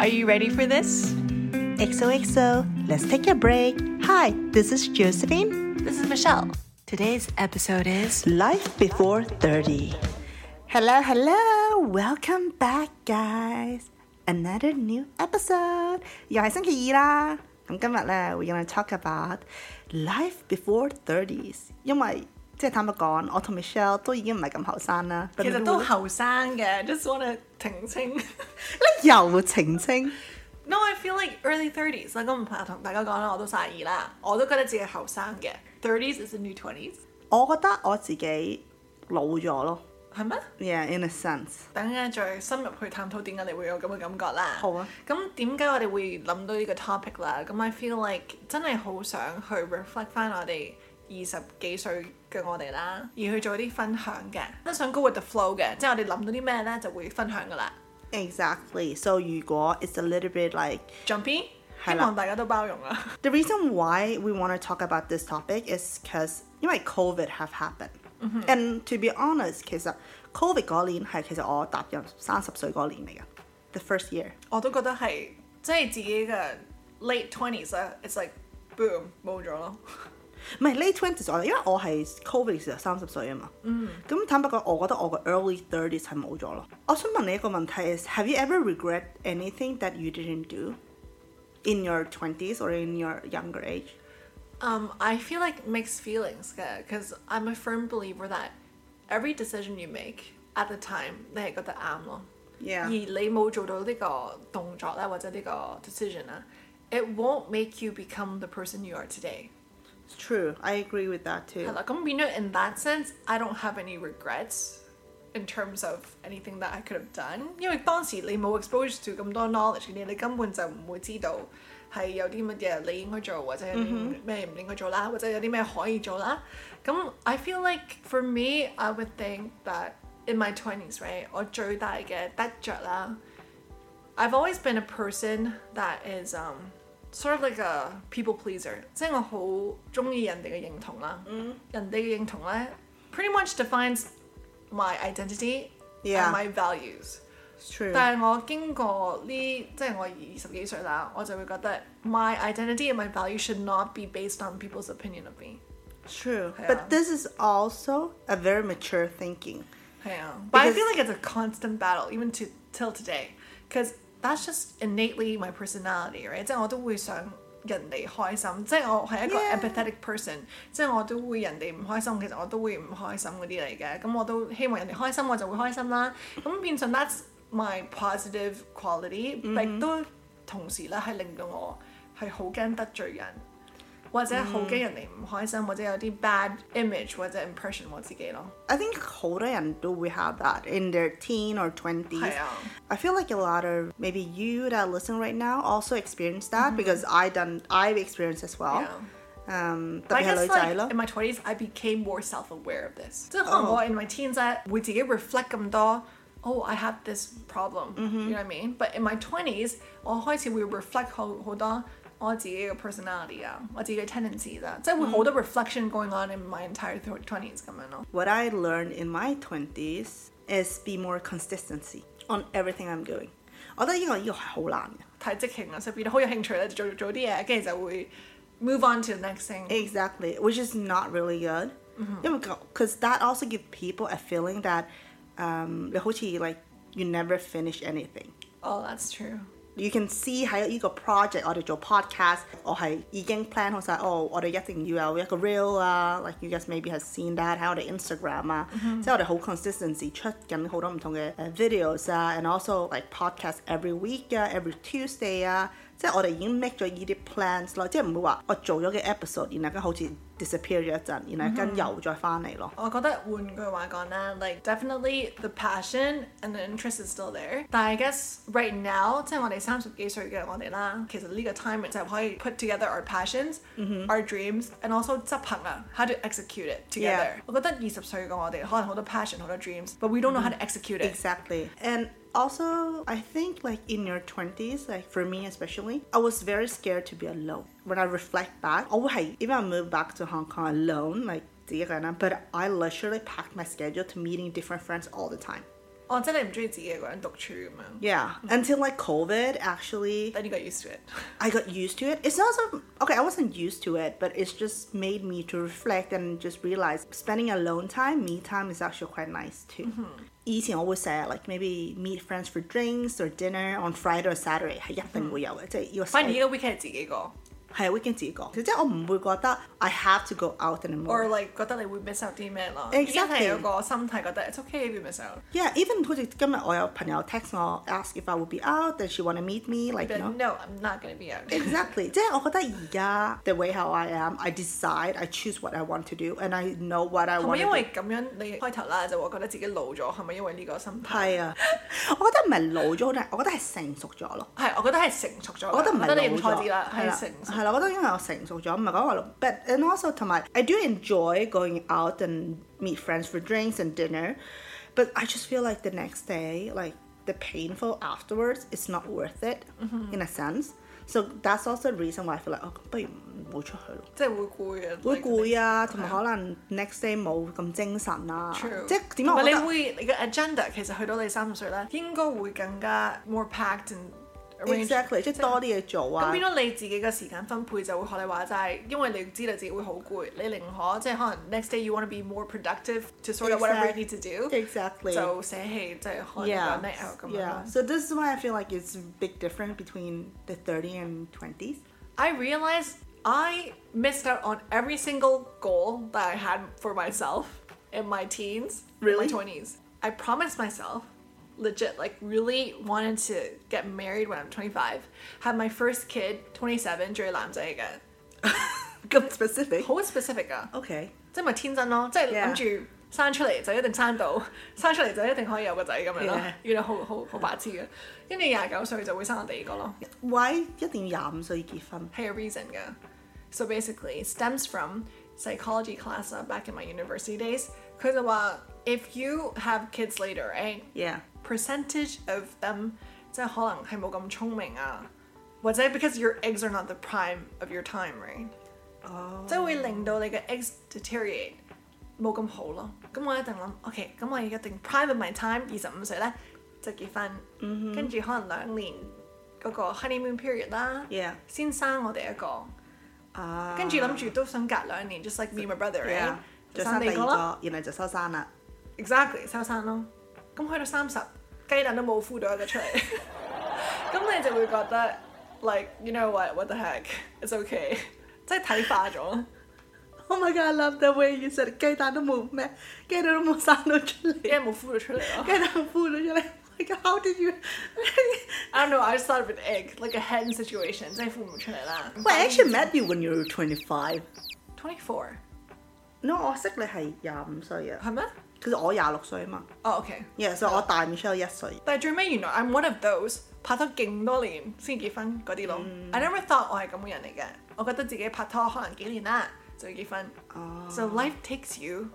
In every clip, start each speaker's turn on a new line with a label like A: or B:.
A: Are you ready for this?
B: XOXO, let's take a break. Hi, this is Josephine.
A: This is Michelle. Today's episode is
B: Life before 30. Hello, hello. Welcome back, guys. Another new episode. 又係星期二啦。咁今日咧，we're gonna talk about life before thirties。因為即係坦白講，我同 Michelle 都已經唔係咁後生啦。
A: 其實都後生嘅，just wanna 澄清。
B: 你又澄清。
A: No, I feel like early thirties。我唔怕同大家講啦，我都卅二啦，我都覺得自己後生嘅。Thirties is the new twenties，
B: 我覺得我自己老咗咯。
A: 係咩？
B: Yeah, in a sense。
A: 等陣再深入去探討點解你會有咁嘅感覺啦。
B: 好啊。
A: 咁點解我哋會諗到呢個 topic 啦？咁 I feel like 真係好想去 reflect 翻我哋二十幾歲嘅我哋啦，而去做啲分享嘅，都想 go with the flow 嘅，即係我哋諗到啲咩呢，就會分享噶啦。
B: Exactly. So 如果 it's a little bit like
A: Jumpy，希
B: 係啦
A: 望大家都包容啊啦。
B: the reason why we want to talk about this topic is because 因為 COVID have happened. And to be honest，其實 COVID 嗰年係其實我踏入三十歲嗰年嚟嘅，the first year。
A: 我都覺得係即係自己嘅 late twenties 啦，it's like boom 冇咗咯。
B: 唔係 late twenties 我，因為我係 covid 嘅時候三十歲啊嘛。嗯。咁坦白講，我覺得我個 early thirties 係冇咗咯。我想問你一個問題：is Have you ever regret anything that you didn't do in your twenties or in your younger age？
A: Um, I feel like mixed feelings 嘅，cause I'm a firm believer that every decision you make at the time 你係覺得啱咯。
B: Yeah.
A: 而你冇做到呢個動作咧，或者呢個 decision 啦，it won't make you become the person you are today。
B: It's true. I agree with that too.
A: 係啦，咁變咗 in that sense I don't have any regrets in terms of anything that I could have done，因為當時你冇 exposure to 咁多 knowledge 嘅嘢，你根本就唔會知道係有啲乜嘢你應該做，或者有啲咩唔應該做啦，或者有啲咩可以做啦。咁 I feel like for me I would think that in my twenties right，我最大嘅得着啦。I've always been a person that is um, sort of like a people pleaser，即係我好中意人哋嘅認同啦。人哋嘅認同咧，pretty much defines my identity
B: Yeah.
A: and my values。
B: It's true.
A: 但係我經過呢，即係我二十幾歲啦，我就會覺得 my identity and my value should not be based on people's opinion of me。
B: It's true.
A: Yeah.
B: But this is also a very mature thinking.
A: 係啊，but I
B: Because-
A: feel like it's a constant battle even to till today, because that's just innately my personality, right？即係我都會想人哋開心，即係我係一個
B: Yeah.
A: empathetic person，即係我都會人哋唔開心，其實我都會唔開心嗰啲嚟嘅。咁我都希望人哋開心，我就會開心啦。咁變相 that's my positive quality，亦、都同時咧係令到我係好驚得罪人。或者好驚人哋唔開心，或者有啲 bad image 或者 impression 我自己咯。
B: I think 好多人都 we have that in their teen or 20s.
A: Yeah.
B: I feel like a lot of maybe you that listen right now also experience that
A: Mm-hmm.
B: because I done I've experienced as well. Um,
A: But I
B: 特別係
A: guess
B: 女仔咯。
A: like in my twenties, I became more self-aware of this. 即係可能我 in my teens 咧會自己 reflect 咁多。Oh, I have this problem. You know what I mean? But in my twenties，我開始會 reflect 好好多我自己嘅 personality 啊，我自己嘅 tendencies uh. 啊，即係會好多 reflection going on in my entire twenties 咁樣咯。
B: What I learned in my 20s is be more consistency on everything I'm doing. 我覺得呢個呢個係好難嘅。Exactly.
A: 太即興啦，所以變得好有興趣咧，就做做啲嘢，跟住就會 move on to the next thing。
B: Which is not really good. Because that also give people a feeling that um, 你好似 like you never finish anything.
A: Oh, that's true.
B: You can see 喺呢個 project 我哋做 podcast，我係已經 plan 好晒，哦，我哋一定要有一個 reel 啊，like you guys maybe have seen that 喺我哋 Instagram 啊即係我哋好 consistency 出緊好多唔同嘅誒 videos 啊，and also like podcast every week 啊，every Tuesday 啊，即係我哋已經 make 咗呢啲 plans 咯，即係唔會話我做咗嘅 episode，然後跟好似 disappear 咗一陣，然後跟又再翻嚟咯。
A: 我覺得換句話講啦，like definitely the passion and the interest is still there。但係 I guess right now，即係我哋三十幾歲嘅我哋啦，其實呢個 timing 就係可以 put together our passions、our
B: Mm-hmm.
A: dreams and also 執行啊，how to execute it together。
B: Yeah.
A: 我覺得二十歲嘅我哋可能好多 passion 好多 dreams，but we don't know how
B: Mm-hmm。
A: to execute it。
B: Exactly. And also, I think like in your 20s, like for me especially, I was very scared to be alone. When I reflect back, oh, hey, even I moved back to Hong Kong alone, like, 自己一個人啦 but I literally packed my schedule to meeting different friends all the time.
A: 我真係唔中意自己一個人獨處咁樣。
B: Yeah, until like COVID, actually,
A: Then you got used to it.
B: I got used to it. It's also okay. I wasn't used to it, but it's just made me to reflect and just realize spending alone time, me time, is actually quite nice too.
A: Mm-hmm.
B: Eating always say like maybe meet friends for drinks or dinner on Friday or Saturday.
A: Mm-hmm.
B: 係一定會有嘅，即係要
A: 反而呢個 weekend 係自己個，
B: 係，weekend自己過。即係我唔會覺得 I have to go out in the
A: or
B: morning。
A: like 覺得你會 miss out 啲咩咯？已經
B: Exactly
A: 係有個心態覺得 it's okay if you miss out。
B: Yeah, even 好似今日我有朋友 text 我 ask if I would be out, then she want to meet me, like you
A: But
B: know.
A: no, I'm not gonna be out.
B: Exactly. 即係我覺得而家 the way how I am, I decide, I choose what I want to do, and I know what I
A: 係咪
B: want
A: 因
B: to do.
A: 為咁樣你開頭啦就話覺得自己老咗？係咪因為呢個心態？
B: 係啊，我覺得唔係老咗，但係我覺得係成熟咗咯。
A: 係，我覺得係成熟咗啦。
B: 我覺得唔係
A: 覺得你
B: 老
A: 認錯
B: 咗
A: 啲啦，
B: 係啦
A: 係成熟。
B: 係啦，我覺得因為我成熟咗，唔係講話老。But and also 同埋，I do enjoy going out and meet friends for drinks and dinner. But I just feel like the next day, like the painful afterwards, is not worth it
A: Mm-hmm.
B: in a sense. So that's also the reason why I feel like 哦，咁不如唔好出去咯。
A: 即係會攰嘅。
B: 會
A: like
B: 攰啊，同埋可能 next day 冇咁精神啊
A: True，
B: 即係點解
A: 同
B: 我
A: 埋
B: 覺
A: 你
B: 得
A: 會你嘅 agenda 其實去到你三十歲咧，應該會更加 more packed and arranged
B: exactly 即係多啲嘢做啊
A: 咁。變咗你自己嘅時間分配就會學你話齋，因為你知道自己會好攰，你寧可即係可能 next day you want to be more productive to sort out whatever you need to do，
B: Exactly.
A: 就捨棄即係可能
B: yeah.
A: night out 咁樣啦
B: Yeah. So this is why I feel like it's a big difference between the 30 and 20s.
A: I realized I missed out on every single goal that I had for myself in my teens,
B: Really?
A: in my 20s. I promised myself, legit, like really wanted to get married when I'm 25, have my first kid 27 during Lamze again.
B: Good specific.
A: How specific
B: Okay.
A: 啊，即係咪天真咯，即係諗
B: Yeah.
A: 住生出嚟就一定生到，生出嚟就一定可以有個仔咁樣咯。
B: Yeah.
A: You know, 好-好-好白痴嘅。跟住廿九歲就會生我第二個咯。
B: Why 一定要廿五歲結婚？
A: 係有 reason 嘅。So basically stems from psychology class 啦，back in my university days，佢就話 if you have kids later, right?
B: Yeah.
A: Percentage of them 即係可能係冇咁聰明啊，或者 because your eggs are not the prime of your time, right？
B: 哦。
A: 即係會令到你嘅 eggs deteriorate，冇咁好咯。咁我一定諗，OK，咁我一定 prime of my time，二十五歲咧就結婚，跟住、可能兩年嗰個 honeymoon period 啦
B: Yeah.
A: 先生我哋一個。
B: 啊。
A: 跟住諗住都想隔兩年，just like me and my brother，
B: Yeah.
A: 就生第二個咯
B: 就生第二個，然後就收山啦。
A: ，exactly 收生咯。咁去到三十，雞蛋都冇孵到一個出嚟， 咁你就會覺得 like you know what what the heck，it's okay，即係睇化咗。
B: Oh my god, I love the way you said 雞蛋都冇咩，雞蛋都冇生到出嚟，雞蛋孵咗出嚟。
A: 因為冇孵到出嚟咯。
B: Like "Oh how did you...
A: I don't know. I just thought of an egg, like a hen situation，即係孵唔出嚟啦。
B: Well, I actually met you when you were 25.
A: twenty four
B: No, 我識你係廿五歲啊，其
A: 係
B: 實我廿六歲啊嘛。
A: 咩？哦、o k
B: 啊 Yeah, so 我大 Michelle 一歲。
A: 但係最尾原來 I'm one of those 拍拖勁多年先結婚嗰啲咯。I never thought 我係咁嘅人嚟嘅，我覺得自己拍拖可能幾年啦就要結婚。So life takes you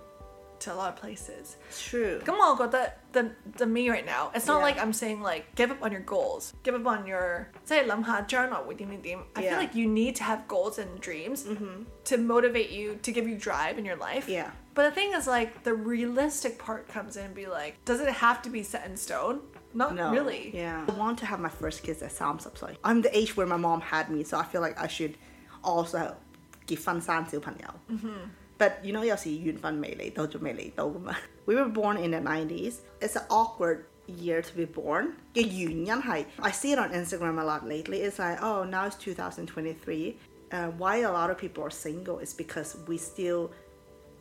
A: to a lot of places。
B: True.
A: 咁我覺得 the the me right now it's not
B: Yeah.
A: like I'm saying like give up on your goals give up on your 即係諗下將來會點點點 I feel
B: Yeah. Mm-hmm.
A: like you need to have goals and dreams to motivate you to give you drive in your life
B: Yeah.
A: but the thing is like the realistic part comes in and be like does it have to be set in stone not
B: No.
A: really
B: Yeah. I want to have my first kids at 三十歲。I'm the age where my mom had me, so I feel like I should also 結婚生小朋友。But you know 有時緣分未嚟到就未嚟到噶嘛。We were born in the 90s. It's an awkward year to be born 嘅原因係 I see it on Instagram a lot lately. It's like oh now it's 2023. Uh, why a lot of people are single is because we still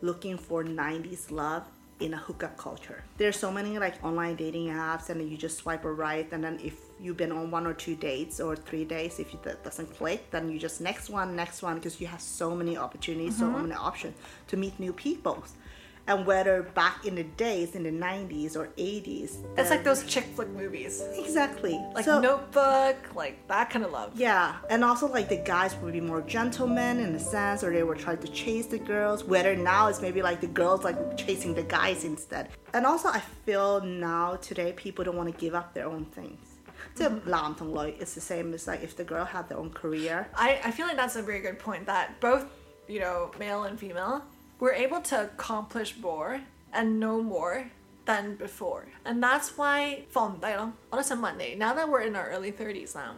B: looking for 90s love in a hookup culture. There's so many like online dating apps and you just swipe a right and then if you've been on one or two dates or three days if that doesn't click then you just next one next one because you have so many opportunities so many options to meet new people and whether back in the days in the 90s or 80s
A: it's like
B: then-
A: those chick flick movies
B: exactly
A: like
B: So-
A: Notebook like that kind of love
B: yeah, and also like the guys would be more gentlemen in a sense, or they were trying to chase the girls. Whether now it's maybe like the girls like chasing the guys instead. And also, I feel now today people don't want to give up their own things. So,
A: Mm-hmm.
B: it's the same as like if the girl had their own career.
A: I, I feel like that's a very good point that both, you know, male and female, we're able to accomplish more and know more than before. And that's why 放唔低咯。我都想問你, now that we're in our early 30s now,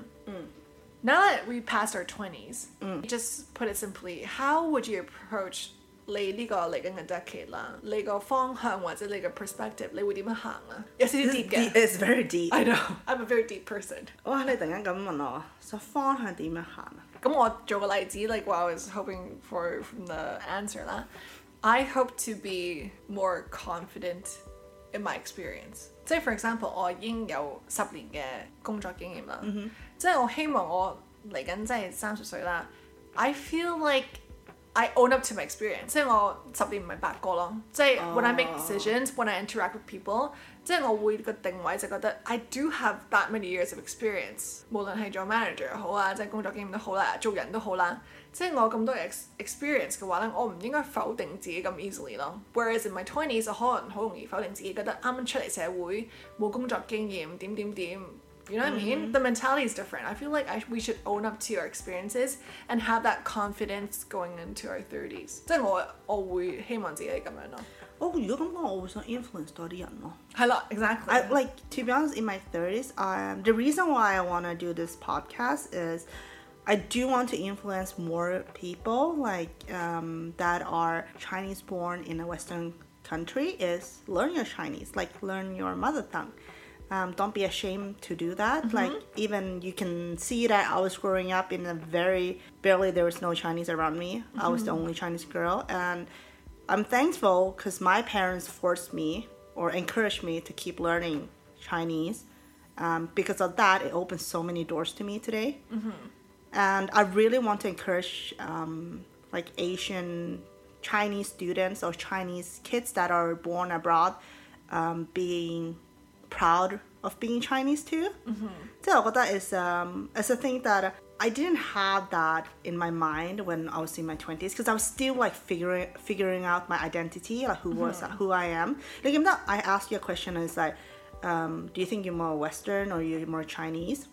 A: now that we passed our 20s, just put it simply, how would you approach 你呢個嚟緊嘅 decade 啦？你個方向或者你嘅 perspective，你會點樣行啊？有少少 deep 嘅。
B: It's very deep。Oh,
A: I know. I'm a very deep person.
B: 哇！你突然間咁問我，個方向點樣行啊？
A: 咁我做個例子，like what I was hoping for from the answer 啦。I hope to be more confident in my experience. 即係 for example，我已經有十年嘅工作經驗啦。即係我希望我嚟緊即係三十歲啦。I feel like I own up to my experience，即係我十年唔係白過咯。即係 when I make decisions, when I interact with people，即係我會個定位就覺得 I do have that many years of experience，無論係做 manager 又好啊，即係工作經驗都好啦，做人都好啦。即係我咁多 ex experience 嘅話咧，我唔應該否定自己咁 easily 咯。Whereas in my twenties，我可能好容易否定自己，覺得啱啱出嚟社會冇工作經驗，點點點。You know what I mean? The mentality is different. I feel like I, we should own up to our experiences and have that confidence going into our 30s. 即係我我會希望自己係咁樣咯。
B: 我如果咁講，我會想 influence 多啲人咯。
A: 係啦，exactly。
B: I like to be honest in my 30s um, the reason why I want to do this podcast is I do want to influence more people like um, that are Chinese born in a Western country is learn your Chinese like learn your mother tongue um, don't be ashamed to do that like even you can see that I was growing up in a very barely there was no Chinese around me I was the only Chinese girl and I'm thankful because my parents forced me or encouraged me to keep learning Chinese. Um, because of that, it opened so many doors to me today. And I really want to encourage um, like Asian Chinese students or Chinese kids that are born abroad um, being proud of being Chinese too. So I that is um, it's a thing that I didn't have that in my mind when I was in my twenties because I was still like figuring figuring out my identity, like who was who I am. Like if not, I ask you a question is like, um, do you think you're more Western or you're more Chinese?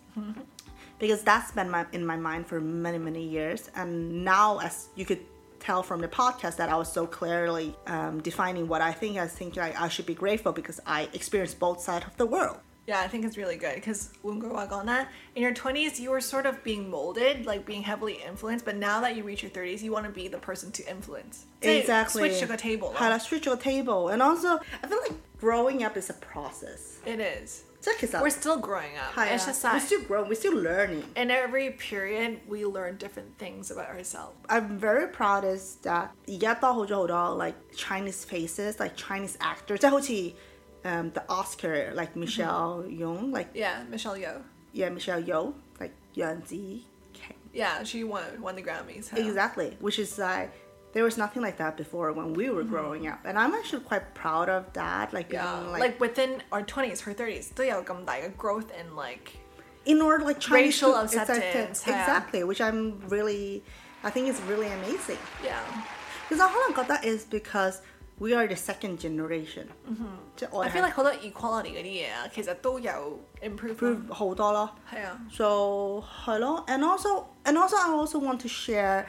B: because that's been my, in my mind for many many years and now as you could tell from the podcast that i was so clearly um, defining what i think i think like i should be grateful because i experienced both sides of the world
A: Yeah, I think it's really good because on that in your 20s, you were sort of being molded, like being heavily influenced. But now that you reach your 30s, you want to be the person to influence. 即係
B: exactly
A: Switch to the table. 咯
B: had a switch to the table and also i feel like growing up is a process
A: It is.
B: so it's
A: We're still growing up.
B: yeah.
A: It's just
B: uh, we're
A: that
B: still growing we're still learning
A: in every period, we learn different things about ourselves.
B: I'm very proud is that 而家多好咗好多 like Chinese faces like Chinese actors 即係好似 um, the Oscar like
A: Mm-hmm.
B: Michelle Yeoh like
A: Yeah, Michelle Yeoh.
B: yeah Michelle Yeoh like 楊紫瓊
A: Yeah, she won won the Grammys. huh?
B: exactly which is like there was nothing like that before when we were growing up and I'm actually quite proud of that like being
A: Mm-hmm. Yeah, like,
B: like,
A: within our 20s, her 30s, still have come like growth in like
B: in order like Chinese
A: Racial
B: to- it's like-
A: acceptance, yeah.
B: exactly which I'm really I think is really amazing
A: yeah.
B: because I kind of got that is because we are the second generation oh, 即係
A: Mm-hmm.
B: 我
A: I feel like 好多 equality 嗰啲嘢啊，其實都有 improve 咯。
B: improve 好多咯。
A: 係啊。
B: So 係咯 and also and also I also want to share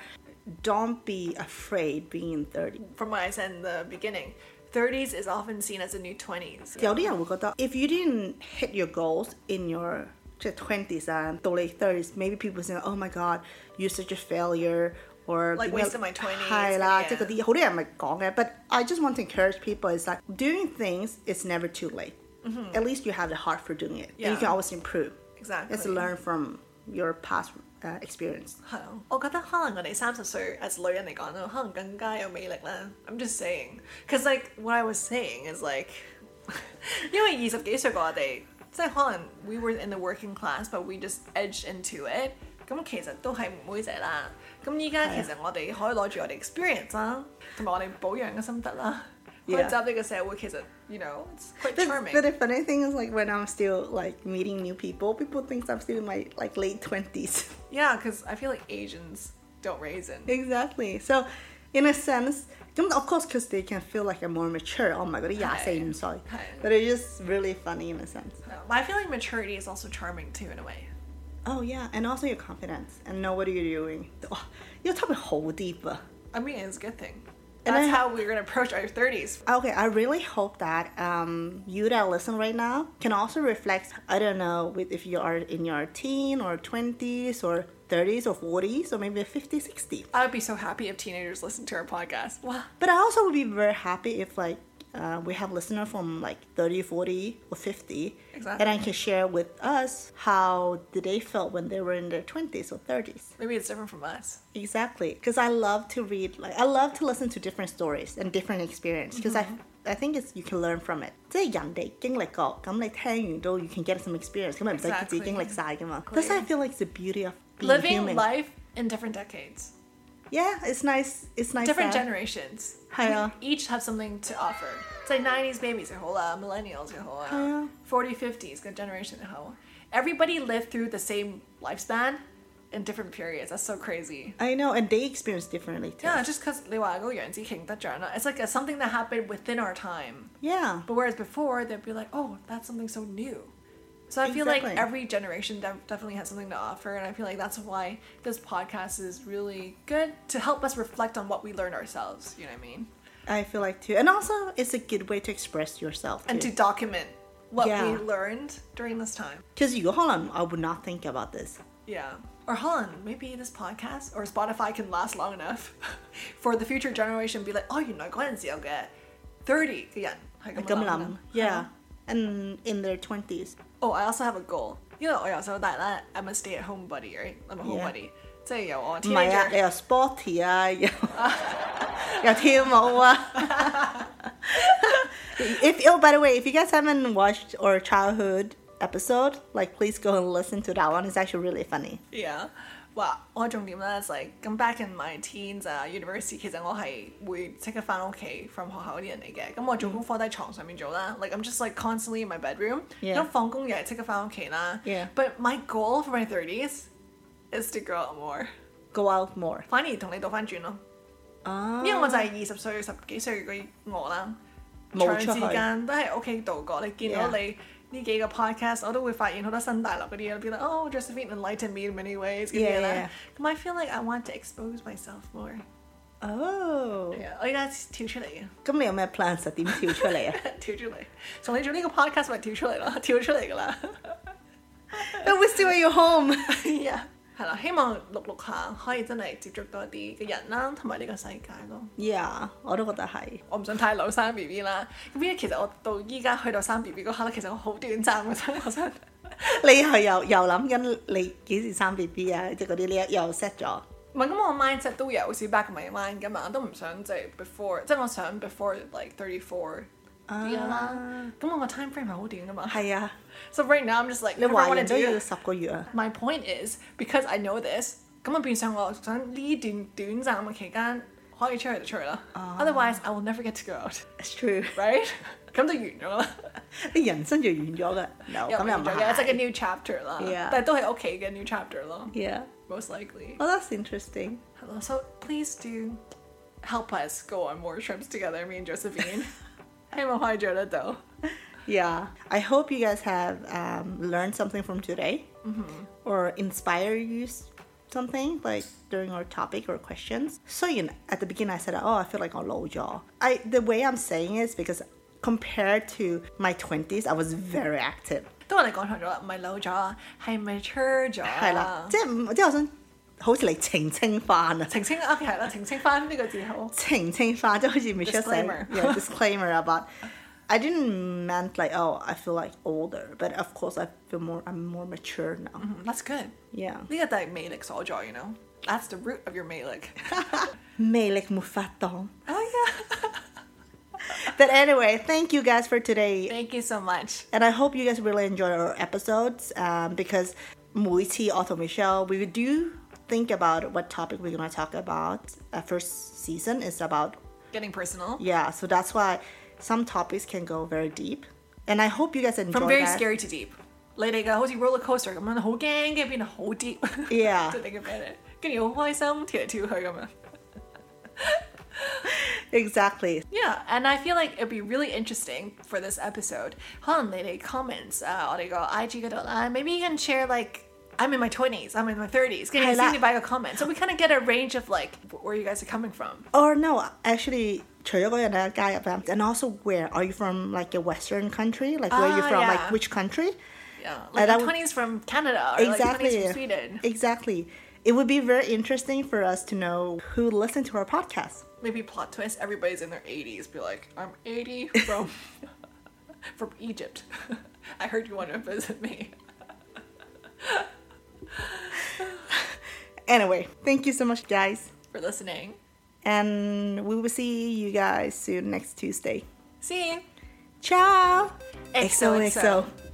B: don't be afraid being in 30.
A: From what I said in the beginning, 30s is often seen as a new 20s.
B: 有啲人會覺得 if you didn't hit your goals in your 即係 twenties 啊到你 thirties maybe people say oh my god you're such a failure or
A: Like,
B: 點解-
A: wasted my 20s,
B: 係啦，
A: yeah.
B: 即係嗰啲，好多人咪講嘅，but I just want to encourage people is like doing things is never too late at least you have the heart for doing it and
A: Mm-hmm. Yeah.
B: you can always improve
A: Exactly.
B: just learn from your past uh, experience
A: 係啊，我覺得可能我哋三十歲 as 女人嚟講啦，可能更加有魅力啦。I'm just saying, cause like what I was saying is like，因為二十幾歲嘅我哋，即係可能 we were in the working class, but we just edged into it。咁其實都係妹妹仔啦。咁依家其實我哋可以攞住我哋 experience 啦，同埋我哋保養嘅心得啦，去
B: Yeah.
A: 走入呢個社會，其實 you know it's quite
B: But, but
A: charming。
B: the funny thing is like when I'm still like meeting new people, people think I'm still in my like late twenties.
A: Yeah, cause I feel like Asians don't raisin.
B: exactly. So in a sense, then of course, because they can feel like I'm more mature. Oh my god, yeah,
A: Hi.
B: same sorry.
A: Hi.
B: But it's just really funny in a sense.
A: But I feel like maturity is also charming too in a way.
B: Oh yeah, and also your confidence and know what you're doing. Oh, you're talking whole deeper.
A: I mean, it's a good thing. That's
B: then-
A: how we're gonna approach our thirties.
B: Okay, I really hope that um, you that listen right now can also reflect. I don't know, with if you are in your teen or twenties or thirties or forties or maybe 50, 60.
A: I would be so happy if teenagers listened to our podcast. Wow.
B: But I also would be very happy if like uh, we have listener from like 30, 40 or 50 and I
A: Exactly.
B: can share with us how did they felt when they were in their 20s or 30s.
A: Maybe it's different from us.
B: Exactly, because I love to read. Like I love to listen to different stories and different experience. Because
A: Mm-hmm.
B: I I think it's you can learn from it. 即係人哋經歷過，咁你聽完都 you can get some experience.
A: Exactly.
B: 咁咪唔使自己經歷晒㗎嘛。That's why I feel like it's the beauty of being
A: Living
B: human.
A: life in different decades,
B: Yeah, it's nice. It's nice.
A: different
B: that-
A: generations.
B: 係啊。
A: We each have something to offer. It's like 90s babies, your whole lot, millennials, your whole lot, 40, 50s, good generation, your whole Everybody lived through the same lifespan in different periods. That's so crazy.
B: I know, and they experience differently too.
A: Yeah, just because it's like a, something that happened within our time.
B: Yeah.
A: But whereas before, they'd be like, oh, that's something so new. So I feel like
B: Exactly.
A: every generation def- definitely has something to offer, and I feel like that's why this podcast is really good to help us reflect on what we learned ourselves. You know what I mean?
B: I feel like too, and also it's a good way to express yourself.
A: And
B: too.
A: to document what
B: Yeah.
A: we learned during this time.
B: because you go, hold on, I would not think about this.
A: Yeah. Or Holland, maybe this podcast or Spotify can last long enough for the future generation to be like, oh, you know, go ahead and see, I'll get 30 again.
B: 咁諗，yeah, and in their twenties.
A: Oh, I also have a goal. You know, I also that, that I'm a stay at home buddy, right? I'm a home
B: Yeah.
A: buddy. So, yo, I'm a
B: 唔係啊，你
A: teenager.
B: 又 sporty 啊， 又又跳舞啊。if oh by the way, if you guys haven't watched our childhood episode, like please go and listen to that one. It's actually really funny.
A: Yeah. Wow. 我重點咧，it's like I'm back in my teens 啊，university，其實我係會即刻翻屋企 from 學校啲人嚟嘅。咁我做功課都喺床上面做啦。Like I'm just like constantly in my bedroom。
B: Yeah.
A: 咁放工又係即刻翻屋企啦。
B: Yeah.
A: But my goal for my 30s is to grow up more.
B: Go out more.
A: 反而同你倒翻轉咯。
B: 啊，
A: 因為我就係二十歲、十幾歲嗰啲我啦，
B: 冇
A: 長
B: 出
A: 時
B: 去
A: 間都喺屋企度過。你見到
B: Yeah.
A: 你呢幾個 podcast，我都會發現好多新大陸嗰啲嘢，變得哦，Josephine enlightened me in many ways 嗰啲嘢
B: Yeah, yeah.
A: 咧。咁 I feel like I want to expose myself more。
B: Ah, 哦，
A: 係啊我而家跳出嚟嘅，
B: 咁你有咩 plans 啊？點 跳出嚟啊？
A: 跳出嚟。從你做呢個 podcast 咪跳出嚟咯，跳出嚟㗎 啦。
B: But we still at your home.
A: 係啊，係啦，希望錄錄下可以真係接觸多啲嘅人啦，同埋呢個世界咯。
B: Yeah，我都覺得係。
A: 我唔想太老生 B B 啦。咁因為其實我到依家去到生 B B 嗰刻咧，其實我好短暫嘅啫，我想。
B: 你係又又諗緊你幾時生 B B 啊？即係嗰啲呢又 set 咗。
A: 唔係咁，我 mindset 都有少 back my mind 噶嘛，我都唔想即係 before，即係我想 before like thirty four 啲啦。咁我個 time frame 係好短噶嘛。
B: 係啊，
A: So right now I'm just like
B: 你
A: whatever I
B: 懷
A: wanna
B: 孕都
A: do.
B: 要十個月啊。
A: My point is because I know this，咁我變相我想呢段短暫嘅期間可以出去就出去啦。Otherwise I will never get to go out，right？
B: It's true，
A: 咁就完咗啦。
B: 你人生就完咗噶。No，
A: 又
B: 咁又唔
A: 完咗嘅，即係個
B: 係。
A: new chapter 啦
B: Yeah
A: 但係都係屋企嘅 new chapter 咯
B: Yeah，
A: ，most likely。
B: well that's interesting。
A: Hello, so please do help us go on more trips together, me and Josephine。希望可以做得到。
B: Yeah, I hope you guys have um, learned something from today, Mm-hmm. or inspire you s- something like during our topic or questions. So you know, at the beginning I said, oh, I feel like I'm low jaw. I the way I'm saying is because compared to my twenties, I was very active.
A: 都話你講錯咗啦，唔係老咗啊，係 mature 咗啊。
B: 係啦，即係唔即係我想好似嚟澄清翻啊，
A: 澄清啊，OK 係啦，澄清翻呢個字好。
B: 澄清翻，即係好似 Michelle
A: Disclaimer.
B: said yeah, disclaimer about. I didn't meant like oh I feel like older, but of course I feel more I'm more mature now.
A: 嗯 Mm, That's good。
B: Yeah.
A: 呢個就係魅力所在，you know。That's the root of your 魅 力。
B: 魅力沒法擋。
A: Oh yeah.
B: But anyway, thank you guys for today.
A: Thank you so much.
B: And I hope you guys really enjoy our episodes um, because每次我同 Michelle we do think about what topic we're gonna talk about. Uh, first season is about
A: Getting personal.
B: yeah, so that's why some topics can go very deep. And I hope you guys enjoy
A: From very
B: that.
A: scary to deep. 你哋嘅好似 "Oh, roller coaster 咁樣，好驚，跟住變到好 deep。
B: Yeah.
A: To think about it，跟住好開心，跳嚟跳去咁樣。
B: Exactly.
A: Yeah, and I feel like it'd be really interesting for this episode. 可能你哋 comments 啊、我哋個 IG 嗰度啦，maybe you can share like I'm in my 20s, I'm in my 30s，跟住
B: 係啦
A: 先至擺個 comment。So we kind of get a range of like where you guys are coming from。
B: Or no, actually, 除咗嗰樣咧，加入啦。And also, where are you from? Like a Western country? Like where are you
A: Ah,
B: from?
A: yeah.
B: Like which country?
A: Yeah,
B: And
A: like
B: I
A: your
B: would-
A: 20s from Canada or
B: exactly.
A: like 20s from Sweden.
B: Exactly. It would be very interesting for us to know who listened to our podcast.
A: Maybe plot twist, everybody's in their 80s. Be like, I'm 80 from from Egypt. I heard you want to visit me.
B: Anyway, thank you so much, guys.
A: For listening.
B: And we will see you guys soon next Tuesday.
A: See you.
B: Ciao!
A: XOXO.
B: XOXO.